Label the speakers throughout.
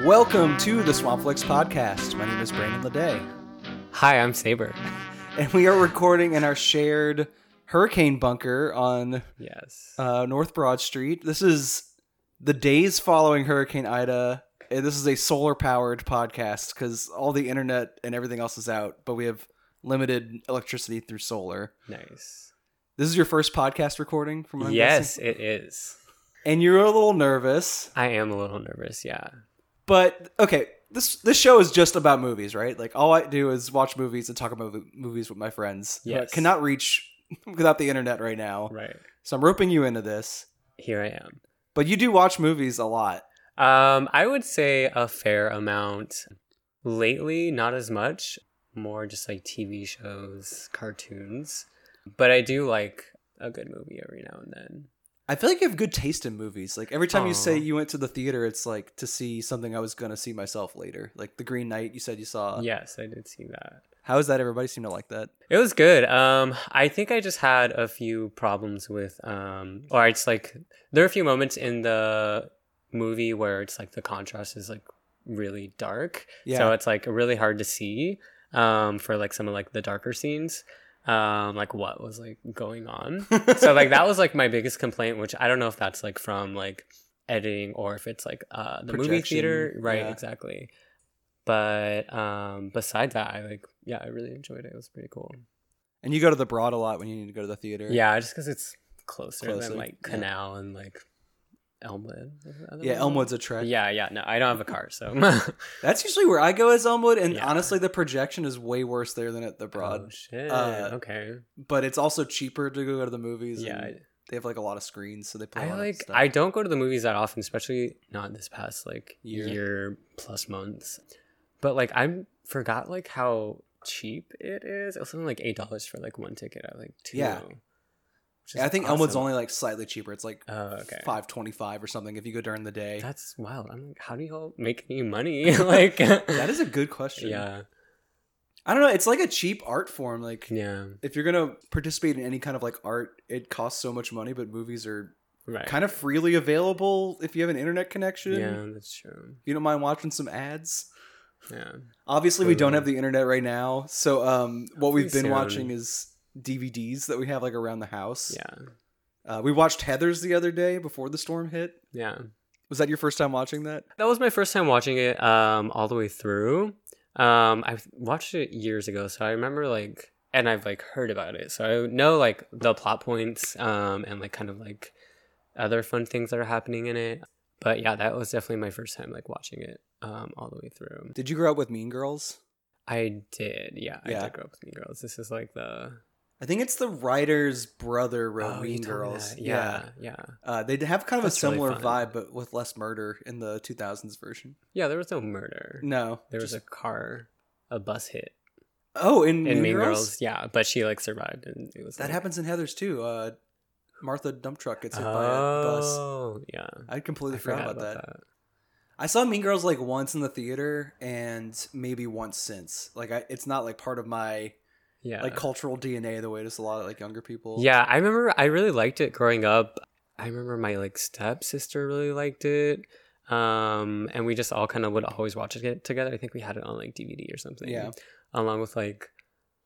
Speaker 1: Welcome to the Swampflix podcast. My name is Brandon Leday,
Speaker 2: Hi, I'm Saber.
Speaker 1: and we are recording in our shared hurricane bunker on
Speaker 2: Yes.
Speaker 1: uh, North Broad Street. This is the days following Hurricane Ida. And this is a solar powered podcast because all the internet and everything else is out, but we have limited electricity through solar.
Speaker 2: nice.
Speaker 1: This is your first podcast recording from what I'm
Speaker 2: Yes,
Speaker 1: guessing?
Speaker 2: it is.
Speaker 1: and you're a little nervous,
Speaker 2: I am a little nervous. Yeah.
Speaker 1: but okay. This this show is just about movies, right? Like all I do is watch movies and talk about mov- movies with my friends. who I
Speaker 2: Yes.
Speaker 1: cannot reach without the internet right now,
Speaker 2: Right.
Speaker 1: so I'm roping you into this.
Speaker 2: Here I am.
Speaker 1: But you do watch movies a lot.
Speaker 2: Um, I would say a fair amount. Lately, not as much. More just like TV shows, cartoons. But I do like a good movie every now and then.
Speaker 1: I feel like you have good taste in movies. Like every time you say
Speaker 2: Aw.
Speaker 1: you went to the theater, it's like to see something I was gonna see myself later. Like The Green Knight, you said you saw.
Speaker 2: yes, I did see that.
Speaker 1: How is that? Everybody seemed to like that.
Speaker 2: It was good. Um, I think I just had a few problems with, um, or it's like there are a few moments in the movie where it's like the contrast is like really dark,
Speaker 1: Yeah.
Speaker 2: so it's like really hard to see um, for like some of like the darker scenes, um, like what was like going on. so like that was like my biggest complaint, which I don't know if that's like from like editing or if it's like uh, the movie
Speaker 1: Projection,
Speaker 2: theater, right?
Speaker 1: yeah.
Speaker 2: Exactly. But um, besides that, I like yeah, I really enjoyed it. It was pretty cool.
Speaker 1: and you go to the Broad a lot when you need to go to the theater.
Speaker 2: Yeah, just because it's closer,
Speaker 1: Closer,
Speaker 2: than like
Speaker 1: yeah.
Speaker 2: Canal and like Elmwood. is it
Speaker 1: Yeah,
Speaker 2: Elmwood?
Speaker 1: Elmwood's a trek.
Speaker 2: Yeah, yeah. No, I don't have a car, so
Speaker 1: That's usually where I go as Elmwood, and
Speaker 2: Yeah.
Speaker 1: honestly, the projection is way worse there than at the
Speaker 2: Oh,
Speaker 1: Broad.
Speaker 2: shit.
Speaker 1: Uh,
Speaker 2: okay.
Speaker 1: But it's also cheaper to go to the movies.
Speaker 2: Yeah,
Speaker 1: and
Speaker 2: I,
Speaker 1: they have like a lot of screens, so they play.
Speaker 2: I
Speaker 1: a lot of
Speaker 2: like.
Speaker 1: stuff.
Speaker 2: I don't go to the movies that often, especially not this past like
Speaker 1: Year.
Speaker 2: year, plus months. But like, I forgot like how cheap it is. It was something like eight dollars for like one ticket. I like two.
Speaker 1: Yeah.
Speaker 2: which is
Speaker 1: Yeah, I think Elmwood's
Speaker 2: awesome.
Speaker 1: only like slightly cheaper. It's like
Speaker 2: Oh, okay.
Speaker 1: five twenty five or something if you go during the day.
Speaker 2: That's wild. I'm like, how do you all make any money? like that
Speaker 1: that is a good question.
Speaker 2: yeah,
Speaker 1: I don't know. It's like a cheap art form. Like
Speaker 2: yeah,
Speaker 1: if you're gonna participate in any kind of like art, it costs so much money, but movies are
Speaker 2: right.
Speaker 1: kind of freely available if you have an internet connection.
Speaker 2: Yeah, that's true.
Speaker 1: You don't mind watching some ads.
Speaker 2: Yeah.
Speaker 1: Obviously, we don't
Speaker 2: Totally.
Speaker 1: have the internet right now, so um, what we've
Speaker 2: Hopefully
Speaker 1: been
Speaker 2: soon.
Speaker 1: watching is DVDs that we have like around the house.
Speaker 2: Yeah.
Speaker 1: Uh, we watched Heather's the other day before the storm hit.
Speaker 2: Yeah.
Speaker 1: Was that your first time watching that?
Speaker 2: That was my first time watching it um all the way through. Um I watched it years ago, so I remember like and I've like heard about it. So I know like the plot points um and like kind of like other fun things that are happening in it. But yeah, that was definitely my first time like watching it um all the way through.
Speaker 1: Did you grow up with Mean Girls?
Speaker 2: I did. Yeah,
Speaker 1: Yeah.
Speaker 2: I did grow up with Mean Girls. This is like the
Speaker 1: I think it's the writer's brother wrote
Speaker 2: Oh, you
Speaker 1: Mean
Speaker 2: told me
Speaker 1: Girls.
Speaker 2: that. Yeah, yeah.
Speaker 1: Uh, they have kind of a
Speaker 2: That's really
Speaker 1: similar
Speaker 2: fun.
Speaker 1: vibe, but with less murder in the 2000s version.
Speaker 2: Yeah, there was no murder.
Speaker 1: No,
Speaker 2: There was
Speaker 1: just-
Speaker 2: a car a bus hit.
Speaker 1: oh in,
Speaker 2: in Mean Girls? yeah. But she like survived, and it was
Speaker 1: That
Speaker 2: like,
Speaker 1: happens in Heather's too. Uh, Martha dump truck gets hit by a bus.
Speaker 2: Oh, yeah.
Speaker 1: I completely
Speaker 2: I
Speaker 1: forgot, about, that.
Speaker 2: that.
Speaker 1: I saw Mean Girls like once in the theater and maybe once since. Like I, it's not like part of my
Speaker 2: Yeah,
Speaker 1: like cultural DNA the way it is a lot of like younger people.
Speaker 2: yeah. I remember I really liked it growing up. I remember my like stepsister really liked it, um, and we just all kind of would always watch it together. I think we had it on like DVD or something.
Speaker 1: Yeah.
Speaker 2: along with like,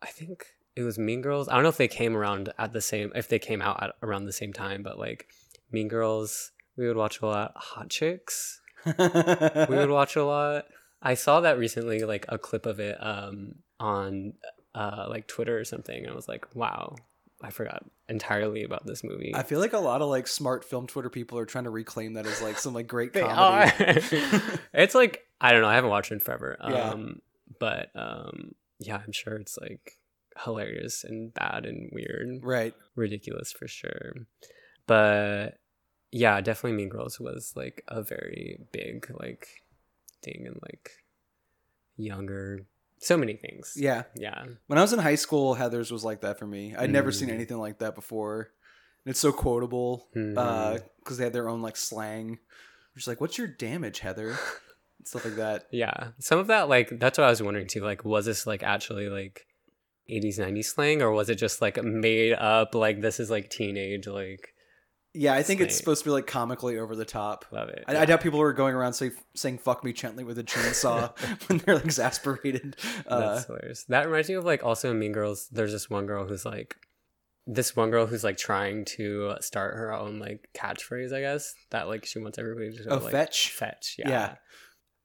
Speaker 2: I think it was Mean Girls. I don't know if they came around at the same if they came out at around the same time, but like Mean Girls, we would watch a lot. Hot Chicks. we would watch a lot. I saw that recently, like a clip of it um, on uh, like Twitter or something, and I was like, wow, I forgot entirely about this movie.
Speaker 1: I feel like a lot of like smart film Twitter people are trying to reclaim that as like some like great comedy.
Speaker 2: it's like I don't know. I haven't watched it in forever.
Speaker 1: Yeah.
Speaker 2: Um, But um, yeah, I'm sure it's like hilarious and bad and weird,
Speaker 1: Right.
Speaker 2: ridiculous for sure. But yeah, definitely Mean Girls was like a very big like thing and like younger so many things.
Speaker 1: Yeah.
Speaker 2: Yeah.
Speaker 1: When I was in high school, Heather's was like that for me. I'd never seen
Speaker 2: Mm.
Speaker 1: anything like that before. And it's so quotable
Speaker 2: Hmm.
Speaker 1: because they had their own like slang. Just like, what's your damage, Heather? And stuff like that.
Speaker 2: yeah. Some of that like that's what I was wondering too. Like was this like actually like 80s 90s slang or was it just like made up like this is like teenage like
Speaker 1: Yeah, I think it's
Speaker 2: Snake.
Speaker 1: supposed to be like comically over the top.
Speaker 2: Love it.
Speaker 1: I, I doubt people are going around say, saying "fuck me gently" with a chainsaw when they're exasperated. Uh,
Speaker 2: That's hilarious. That reminds me of like also in Mean Girls, there's this one girl who's like this one girl who's like trying to start her own like catchphrase, I guess. That like she wants everybody to go,
Speaker 1: oh,
Speaker 2: like
Speaker 1: fetch.
Speaker 2: fetch. Yeah.
Speaker 1: Yeah.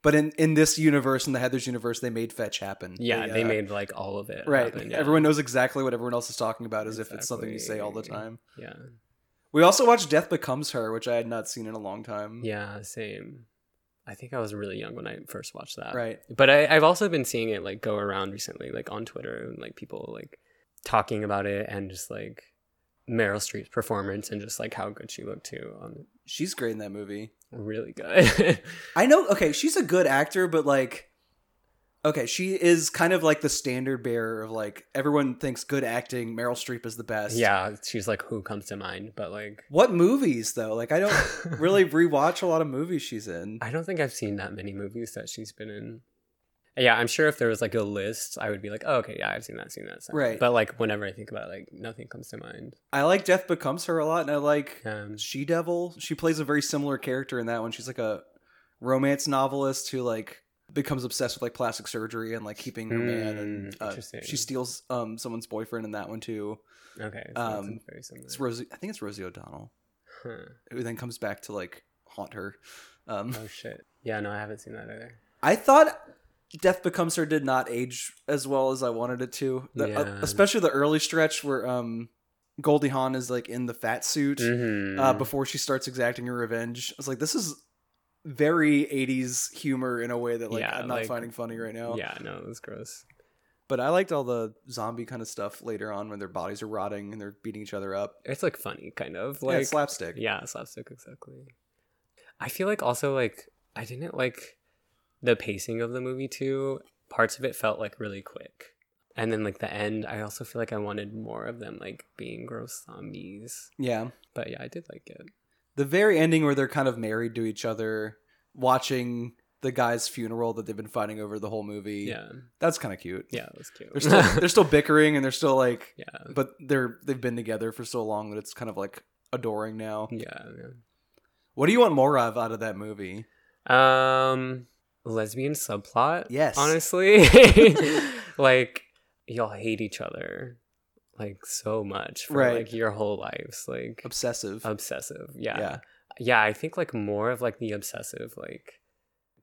Speaker 1: But in, in this universe, in the Heather's universe, they made fetch happen.
Speaker 2: Yeah, they
Speaker 1: uh,
Speaker 2: made like all of it.
Speaker 1: right.
Speaker 2: happen, yeah.
Speaker 1: Everyone knows exactly what everyone else is talking about, as if it's something you say all the
Speaker 2: Exactly.
Speaker 1: time.
Speaker 2: Yeah.
Speaker 1: We also watched Death Becomes Her, which I had not seen in a long time.
Speaker 2: Yeah, same. I think I was really young when I first watched that.
Speaker 1: Right.
Speaker 2: But I, I've also been seeing it like go around recently, like on Twitter and like people like talking about it and just like Meryl Streep's performance and just like how good she looked too. Um,
Speaker 1: She's great in that movie.
Speaker 2: really good.
Speaker 1: I know. Okay, she's a good actor, but like, okay, she is kind of like the standard bearer of like everyone thinks good acting. Meryl Streep is the best.
Speaker 2: yeah, she's like who comes to mind, but like
Speaker 1: What movies though? Like, I don't really rewatch a lot of movies she's in.
Speaker 2: I don't think I've seen that many movies that she's been in. Yeah, I'm sure if there was like a list, I would be like, oh, okay, yeah, I've seen that, seen that, seen that.
Speaker 1: Right.
Speaker 2: But like whenever I think about it, like nothing comes to mind.
Speaker 1: I like Death Becomes Her a lot, and I like
Speaker 2: Um,
Speaker 1: She Devil. She plays a very similar character in that one. She's like a romance novelist who like becomes obsessed with like plastic surgery and like keeping her man, and
Speaker 2: Mm,
Speaker 1: uh,
Speaker 2: interesting.
Speaker 1: she steals um someone's boyfriend in that one too.
Speaker 2: okay, so that's
Speaker 1: um,
Speaker 2: very similar.
Speaker 1: It's Rosie. I think it's Rosie O'Donnell.
Speaker 2: Huh.
Speaker 1: who then comes back to like haunt her. Um,
Speaker 2: Oh shit. Yeah, no, I haven't seen that either.
Speaker 1: I thought Death Becomes Her did not age as well as I wanted it to, The- uh,
Speaker 2: Yeah.
Speaker 1: especially the early stretch where um, Goldie Hawn is like in the fat suit
Speaker 2: Mm-hmm.
Speaker 1: uh, before she starts exacting her revenge. I was like, this is very 80s humor in a way that like
Speaker 2: Yeah,
Speaker 1: I'm not
Speaker 2: like-
Speaker 1: finding funny right now.
Speaker 2: yeah, no, that's gross.
Speaker 1: But I liked all the zombie kind of stuff later on when their bodies are rotting and they're beating each other up.
Speaker 2: It's like funny, kind of
Speaker 1: yeah,
Speaker 2: like
Speaker 1: it's slapstick.
Speaker 2: yeah, slapstick exactly. I feel like also like I didn't like the pacing of the movie too. Parts of it felt like really quick, and then like the end. I also feel like I wanted more of them like being gross zombies.
Speaker 1: yeah.
Speaker 2: But yeah, I did like it.
Speaker 1: the very ending where they're kind of married to each other watching the guy's funeral that they've been fighting over the whole movie
Speaker 2: Yeah,
Speaker 1: that's kind of cute
Speaker 2: yeah, it was cute.
Speaker 1: they're still they're still bickering and they're still like
Speaker 2: yeah,
Speaker 1: but they're they've been together for so long that it's kind of like adoring now
Speaker 2: yeah. yeah.
Speaker 1: what do you want more of out of that movie
Speaker 2: Um, lesbian subplot.
Speaker 1: Yes.
Speaker 2: honestly, like y'all hate each other like so much for
Speaker 1: Right.
Speaker 2: like your whole lives, like
Speaker 1: obsessive
Speaker 2: obsessive. Oh, Yeah. yeah,
Speaker 1: Yeah.
Speaker 2: I think like more of like the obsessive, like,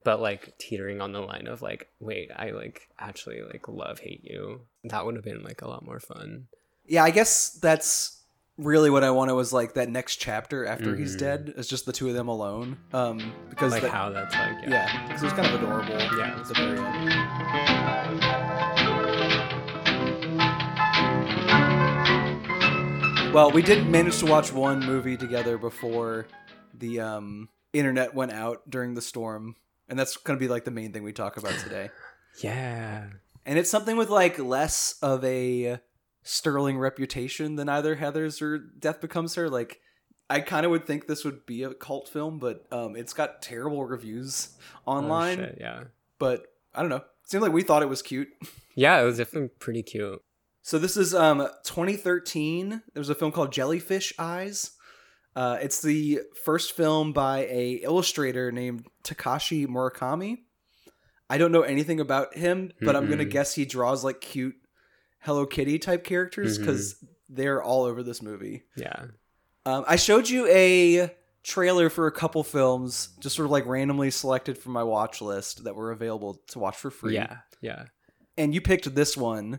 Speaker 2: but like teetering on the line of like, wait, I like actually like love hate you. That would have been like a lot more fun.
Speaker 1: yeah i guess that's really what i wanted was like that next chapter after he's
Speaker 2: Mhm.
Speaker 1: dead is just the two of them alone um because
Speaker 2: Like
Speaker 1: that-
Speaker 2: how that's like, yeah.
Speaker 1: yeah because it was kind of adorable
Speaker 2: Yeah.
Speaker 1: at the very end Well, we did manage to watch one movie together before the um, internet went out during the storm, and that's going to be like the main thing we talk about today.
Speaker 2: yeah.
Speaker 1: And it's something with like less of a sterling reputation than either Heather's or Death Becomes Her. Like, I kind of would think this would be a cult film, but um, it's got terrible reviews
Speaker 2: Oh,
Speaker 1: online.
Speaker 2: shit, yeah.
Speaker 1: but I don't know. seemed like we thought it was cute.
Speaker 2: Yeah, it was definitely pretty cute.
Speaker 1: So this is um 2013. There was a film called Jellyfish Eyes. Uh, it's the first film by a illustrator named Takashi Murakami. I don't know anything about him, but I'm gonna
Speaker 2: Mhm.
Speaker 1: guess he draws like cute Hello Kitty type characters because they're all over this movie.
Speaker 2: Yeah.
Speaker 1: Um, I showed you a trailer for a couple films, just sort of like randomly selected from my watch list that were available to watch for free
Speaker 2: Yeah. Yeah.
Speaker 1: and you picked this one.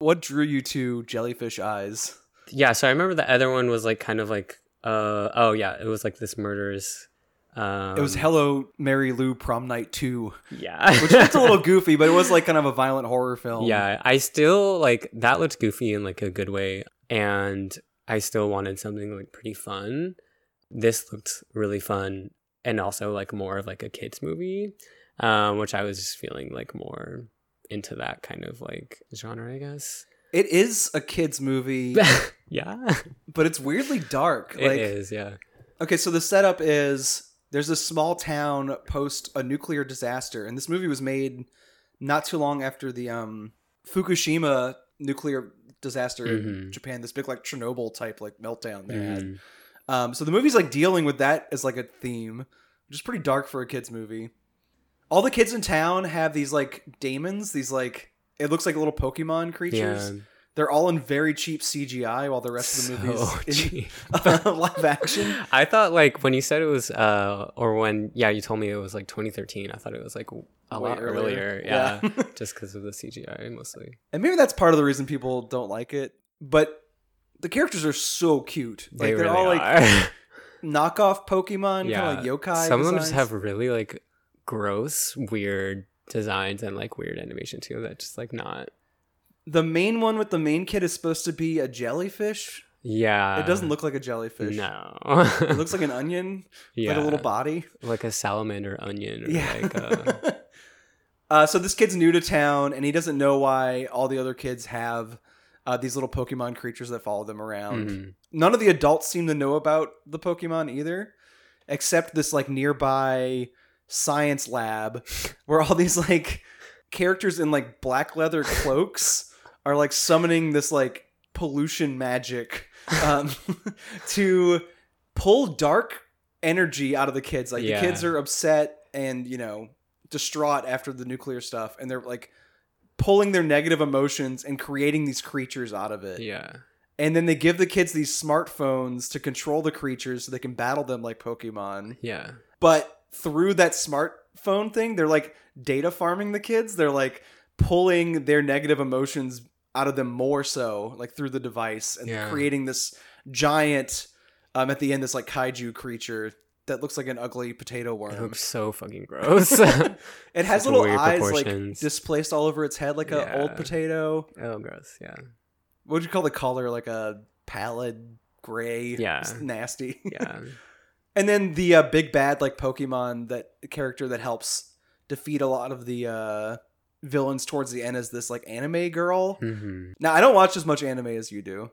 Speaker 1: What drew you to Jellyfish Eyes?
Speaker 2: yeah so i remember the other one was like kind of like uh oh yeah it was like this murders um
Speaker 1: it was Hello Mary Lou Prom Night 2,
Speaker 2: yeah
Speaker 1: which looked a little goofy, but it was like kind of a violent horror film.
Speaker 2: yeah i still like that looked goofy in like a good way and i still wanted something like pretty fun this looked really fun and also like more of like a kids movie um which i was just feeling like more into that kind of like genre i guess
Speaker 1: It is a kids movie,
Speaker 2: yeah
Speaker 1: but it's weirdly dark.
Speaker 2: it
Speaker 1: like
Speaker 2: is yeah
Speaker 1: okay, so the setup is there's a small town post a nuclear disaster and this movie was made not too long after the um Fukushima nuclear disaster in
Speaker 2: Mhm.
Speaker 1: Japan, this big like Chernobyl type like meltdown they had.
Speaker 2: Mhm.
Speaker 1: Um, so the movie's like dealing with that as like a theme, which is pretty dark for a kids movie. All the kids in town have these like daemons, these like it looks like little Pokemon creatures. They're all in very cheap CGI, while the rest of the
Speaker 2: So
Speaker 1: movie's in
Speaker 2: cheap.
Speaker 1: live action.
Speaker 2: I thought like when you said it was uh or when yeah you told me it was like 2013 I thought it was like a
Speaker 1: Way
Speaker 2: lot
Speaker 1: earlier.
Speaker 2: earlier, yeah,
Speaker 1: Yeah.
Speaker 2: just because of the CGI mostly
Speaker 1: And maybe that's part of the reason people don't like it. But the characters are so cute. Like
Speaker 2: they
Speaker 1: are
Speaker 2: really
Speaker 1: all like
Speaker 2: are
Speaker 1: knockoff Pokemon,
Speaker 2: yeah
Speaker 1: kind of like yokai.
Speaker 2: some of them just
Speaker 1: designs.
Speaker 2: have really like gross weird designs and like weird animation too that just like not
Speaker 1: the main one with the main kid is supposed to be a jellyfish.
Speaker 2: yeah
Speaker 1: it doesn't look like a jellyfish.
Speaker 2: no
Speaker 1: It looks like an onion,
Speaker 2: yeah
Speaker 1: like a little body.
Speaker 2: like a salamander onion or
Speaker 1: Yeah.
Speaker 2: like a,
Speaker 1: uh, so this kid's new to town, and he doesn't know why all the other kids have uh, these little Pokemon creatures that follow them around.
Speaker 2: Mhm.
Speaker 1: None of the adults seem to know about the Pokemon either, except this like nearby science lab where all these like characters in like black leather cloaks are like summoning this like pollution magic um, to pull dark energy out of the kids. Like
Speaker 2: Yeah.
Speaker 1: the kids are upset and you know distraught after the nuclear stuff, and they're like pulling their negative emotions and creating these creatures out of it.
Speaker 2: yeah
Speaker 1: And then they give the kids these smartphones to control the creatures so they can battle them like Pokemon.
Speaker 2: yeah
Speaker 1: But through that smartphone thing, they're like data farming the kids. They're like pulling their negative emotions out of them more so, like through the device and
Speaker 2: Yeah.
Speaker 1: creating this giant, um, at the end, this like kaiju creature that looks like an ugly potato
Speaker 2: it
Speaker 1: worm.
Speaker 2: looks so fucking gross Oh,
Speaker 1: It has
Speaker 2: Such
Speaker 1: little
Speaker 2: weird
Speaker 1: eyes like
Speaker 2: proportions.
Speaker 1: displaced all over its head, like a
Speaker 2: Yeah.
Speaker 1: old potato.
Speaker 2: oh gross yeah
Speaker 1: What would you call the color? Like a pallid gray.
Speaker 2: Yeah.
Speaker 1: It's nasty.
Speaker 2: yeah
Speaker 1: And then the uh, big bad like Pokemon that character that helps defeat a lot of the uh, villains towards the end is this like anime girl.
Speaker 2: hmm
Speaker 1: Now I don't watch as much anime as you do.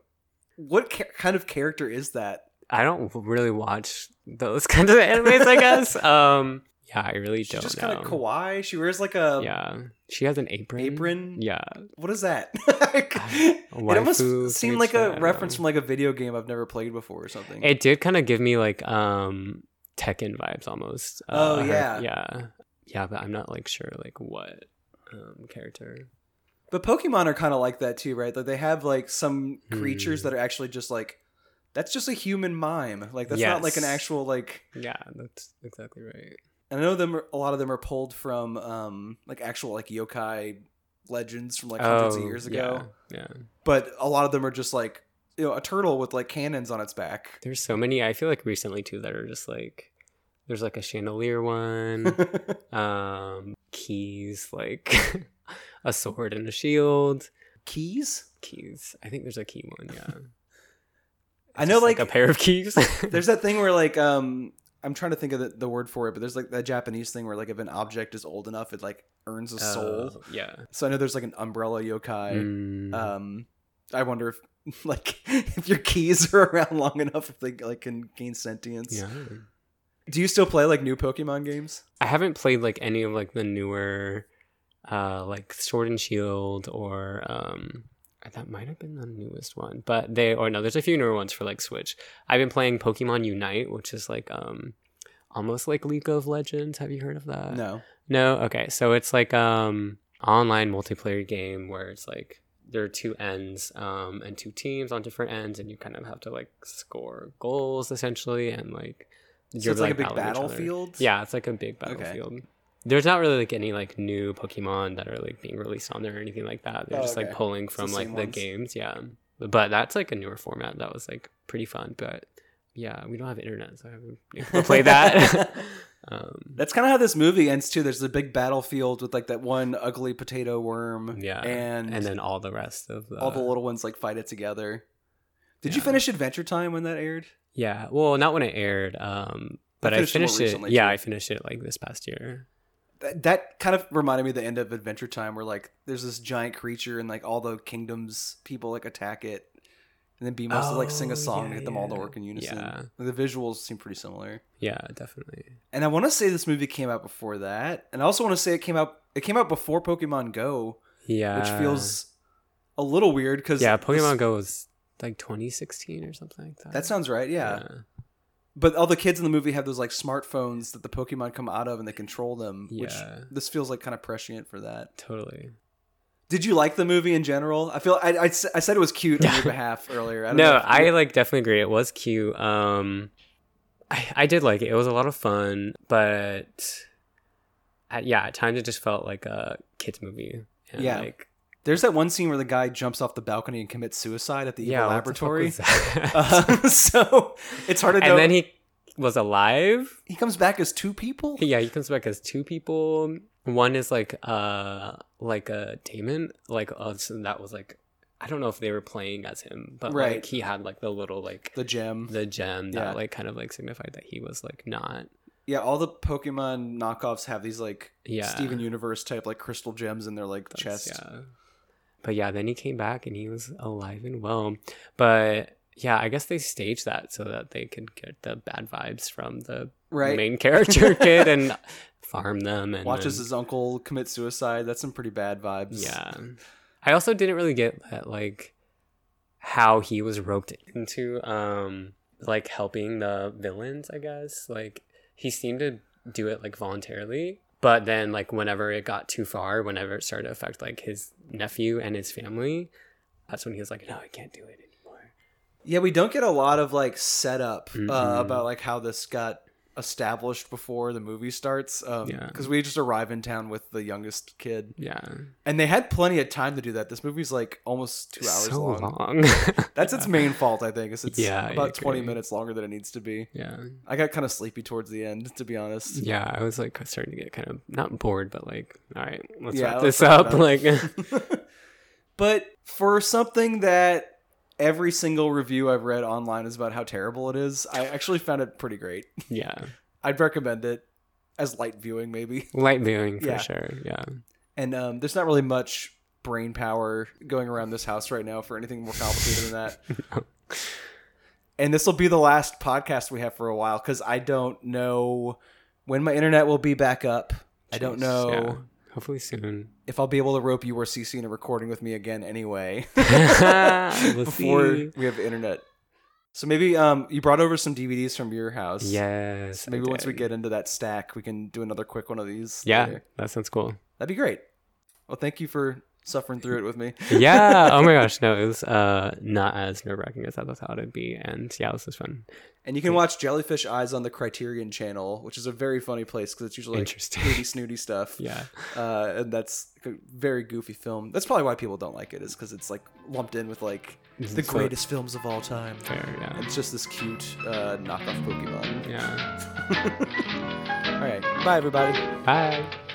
Speaker 1: What ca- kind of character is that?
Speaker 2: I don't really watch those kinds of animes, I guess. Um, yeah, I really
Speaker 1: She's
Speaker 2: don't.
Speaker 1: just
Speaker 2: know.
Speaker 1: kind of kawaii. She wears like a
Speaker 2: Yeah, she has an apron.
Speaker 1: apron.
Speaker 2: Yeah,
Speaker 1: What is that?
Speaker 2: a
Speaker 1: it almost
Speaker 2: Uh, waifu
Speaker 1: seemed like
Speaker 2: creature, I
Speaker 1: a
Speaker 2: don't
Speaker 1: reference from
Speaker 2: know.
Speaker 1: like a video game I've never played before or something.
Speaker 2: It did kind of give me like um Tekken vibes almost. Uh,
Speaker 1: Oh,
Speaker 2: her-
Speaker 1: yeah.
Speaker 2: yeah, yeah, but I'm not like sure like what um character.
Speaker 1: But Pokemon are kind of like that too, right? Like they have like some creatures
Speaker 2: Hmm.
Speaker 1: that are actually just like that's just a human mime. Like that's not like an
Speaker 2: Yes.
Speaker 1: actual like.
Speaker 2: Yeah, that's exactly right.
Speaker 1: And I know them. are- A lot of them are pulled from um like actual like yokai legends from like hundreds of years ago.
Speaker 2: Oh, Yeah, yeah.
Speaker 1: But a lot of them are just like you know a turtle with like cannons on its back.
Speaker 2: There's so many. I feel like recently too that are just like there's like a chandelier one. um keys like a sword and a shield
Speaker 1: Keys.
Speaker 2: keys i think there's a key one yeah
Speaker 1: I
Speaker 2: It's
Speaker 1: know,
Speaker 2: just,
Speaker 1: like-
Speaker 2: a pair of keys
Speaker 1: There's that thing where like um I'm trying to think of the, the word for it, but there's like that Japanese thing where like if an object is old enough, it like earns a soul.
Speaker 2: Oh, yeah
Speaker 1: So I know there's like an umbrella yokai.
Speaker 2: Mm,
Speaker 1: Um, I wonder if like if your keys are around long enough, if they like can gain sentience.
Speaker 2: yeah
Speaker 1: Do you still play like new Pokemon games?
Speaker 2: i haven't played like any of like the newer uh like sword and shield or um that might have been the newest one but they or no there's a few newer ones for like switch i've been playing pokemon unite which is like um almost like league of legends have you heard of that
Speaker 1: no.
Speaker 2: No, okay. So it's like um online multiplayer game where it's like there are two ends um and two teams on different ends and you kind of have to like score goals essentially and like
Speaker 1: So it's like, a big
Speaker 2: battling each other.
Speaker 1: battlefield.
Speaker 2: Yeah, it's like a big
Speaker 1: Okay.
Speaker 2: battlefield. There's not really like any like new Pokemon that are like being released on there or anything like that. They're
Speaker 1: Oh,
Speaker 2: just
Speaker 1: okay.
Speaker 2: like pulling
Speaker 1: the
Speaker 2: from like
Speaker 1: same
Speaker 2: the
Speaker 1: ones.
Speaker 2: games, yeah. But that's like a newer format that was like pretty fun, but yeah, we don't have internet, so I haven't been able to play that. um,
Speaker 1: That's kind of how this movie ends too. There's the big battlefield with like that one ugly potato worm.
Speaker 2: Yeah,
Speaker 1: And,
Speaker 2: and then all the rest of the,
Speaker 1: all the little ones like fight it together. Did you
Speaker 2: Yeah.
Speaker 1: finish Adventure Time when that aired?
Speaker 2: yeah well not when it aired um but i
Speaker 1: finished
Speaker 2: finished,
Speaker 1: it more
Speaker 2: it
Speaker 1: recently,
Speaker 2: yeah
Speaker 1: too.
Speaker 2: i finished it like this past year
Speaker 1: That, that kind of reminded me of the end of Adventure Time where like there's this giant creature and like all the kingdoms people like attack it. And then Beam has to like sing
Speaker 2: Oh,
Speaker 1: a song
Speaker 2: yeah,
Speaker 1: and get them all to
Speaker 2: yeah.
Speaker 1: work in unison.
Speaker 2: Yeah.
Speaker 1: Like, the visuals seem pretty similar.
Speaker 2: yeah definitely
Speaker 1: And I want to say this movie came out before that. And I also want to say it came out it came out before Pokemon Go,
Speaker 2: yeah
Speaker 1: which feels a little weird cuz
Speaker 2: yeah pokemon go was like 2016 or something like that
Speaker 1: That sounds right. Yeah. but all the kids in the movie have those like smartphones that the Pokemon come out of and they control them. Which
Speaker 2: Yeah.
Speaker 1: this feels like kind of prescient for that.
Speaker 2: Totally.
Speaker 1: Did you like the movie in general? I feel I, I, s- I said it was cute on your behalf earlier. I don't know
Speaker 2: No,
Speaker 1: if-
Speaker 2: I like definitely agree. It was cute. Um, I, I did like it. It was a lot of fun, but at, yeah, at times it just felt like a kids movie. And
Speaker 1: Yeah.
Speaker 2: Like,
Speaker 1: There's that one scene where the guy jumps off the balcony and commits suicide at the evil
Speaker 2: yeah. what the fuck
Speaker 1: laboratory.
Speaker 2: was that?
Speaker 1: Uh, so it's hard to know.
Speaker 2: and then he was alive.
Speaker 1: he comes back as two people.
Speaker 2: Yeah, he comes back as two people. One is like uh like a demon, like uh, so that was like I don't know if they were playing as him, but
Speaker 1: Right.
Speaker 2: like he had like the little like
Speaker 1: the gem.
Speaker 2: the gem that
Speaker 1: Yeah.
Speaker 2: like kind of like signified that he was like not
Speaker 1: yeah, all the Pokemon knockoffs have these like
Speaker 2: yeah
Speaker 1: Steven Universe type like crystal gems in their like
Speaker 2: that's-
Speaker 1: chest.
Speaker 2: Yeah. But yeah, then he came back and he was alive and well. But yeah, I guess they staged that so that they could get the bad vibes from the
Speaker 1: Right.
Speaker 2: main character kid and farm them and
Speaker 1: Watches
Speaker 2: then-
Speaker 1: his uncle commit suicide. That's some pretty bad vibes.
Speaker 2: Yeah. I also didn't really get that like how he was roped into um like helping the villains, I guess. Like he seemed to do it like voluntarily, but then like whenever it got too far, whenever it started to affect like his nephew and his family, that's when he was like, "No, I can't do it anymore."
Speaker 1: Yeah, we don't get a lot of like setup uh,
Speaker 2: Mm-mm.
Speaker 1: about like how this got established before the movie starts. Um 'cause
Speaker 2: Yeah.
Speaker 1: because we just arrive in town with the youngest kid,
Speaker 2: Yeah.
Speaker 1: and they had plenty of time to do that. This movie's like almost two hours
Speaker 2: so
Speaker 1: long.
Speaker 2: long.
Speaker 1: That's
Speaker 2: yeah.
Speaker 1: its main fault, I think. Is it's
Speaker 2: Yeah, I
Speaker 1: about twenty
Speaker 2: agree.
Speaker 1: minutes longer than it needs to be.
Speaker 2: Yeah.
Speaker 1: I got kind of sleepy towards the end, to be honest.
Speaker 2: Yeah, I was like starting to get kind of not bored, but like, all right, let's
Speaker 1: Yeah,
Speaker 2: wrap
Speaker 1: let's
Speaker 2: this
Speaker 1: wrap
Speaker 2: up.
Speaker 1: it
Speaker 2: Like,
Speaker 1: but for something that every single review I've read online is about how terrible it is, I actually found it pretty great.
Speaker 2: yeah.
Speaker 1: I'd recommend it as light viewing, maybe.
Speaker 2: light viewing for
Speaker 1: Yeah.
Speaker 2: sure yeah
Speaker 1: And um, there's not really much brain power going around this house right now for anything more complicated than that.
Speaker 2: No.
Speaker 1: And this will be the last podcast we have for a while because I don't know when my internet will be back up. I don't
Speaker 2: Jeez,
Speaker 1: know
Speaker 2: yeah. hopefully soon
Speaker 1: if I'll be able to rope you or CC into recording with me again anyway
Speaker 2: We'll
Speaker 1: before
Speaker 2: see.
Speaker 1: we have internet. So maybe um, you brought over some DVDs from your house.
Speaker 2: yes I
Speaker 1: Maybe once we
Speaker 2: did.
Speaker 1: get into that stack, we can do another quick one of these.
Speaker 2: yeah
Speaker 1: later.
Speaker 2: that sounds cool
Speaker 1: That'd be great. Well, thank you for suffering through it with me.
Speaker 2: yeah oh my gosh no it was uh not as nerve-wracking as i thought it'd be and yeah this was fun
Speaker 1: And you can watch Jellyfish Eyes on the Criterion channel, which is a very funny place because it's usually like
Speaker 2: Interesting.
Speaker 1: snooty, snooty stuff.
Speaker 2: yeah
Speaker 1: Uh, and that's a very goofy film. That's probably why people don't like it, is because it's like lumped in with like the
Speaker 2: It's so
Speaker 1: greatest films of all time.
Speaker 2: fair yeah
Speaker 1: It's just this cute uh, knockoff Pokemon.
Speaker 2: yeah
Speaker 1: All right. Bye, everybody.
Speaker 2: bye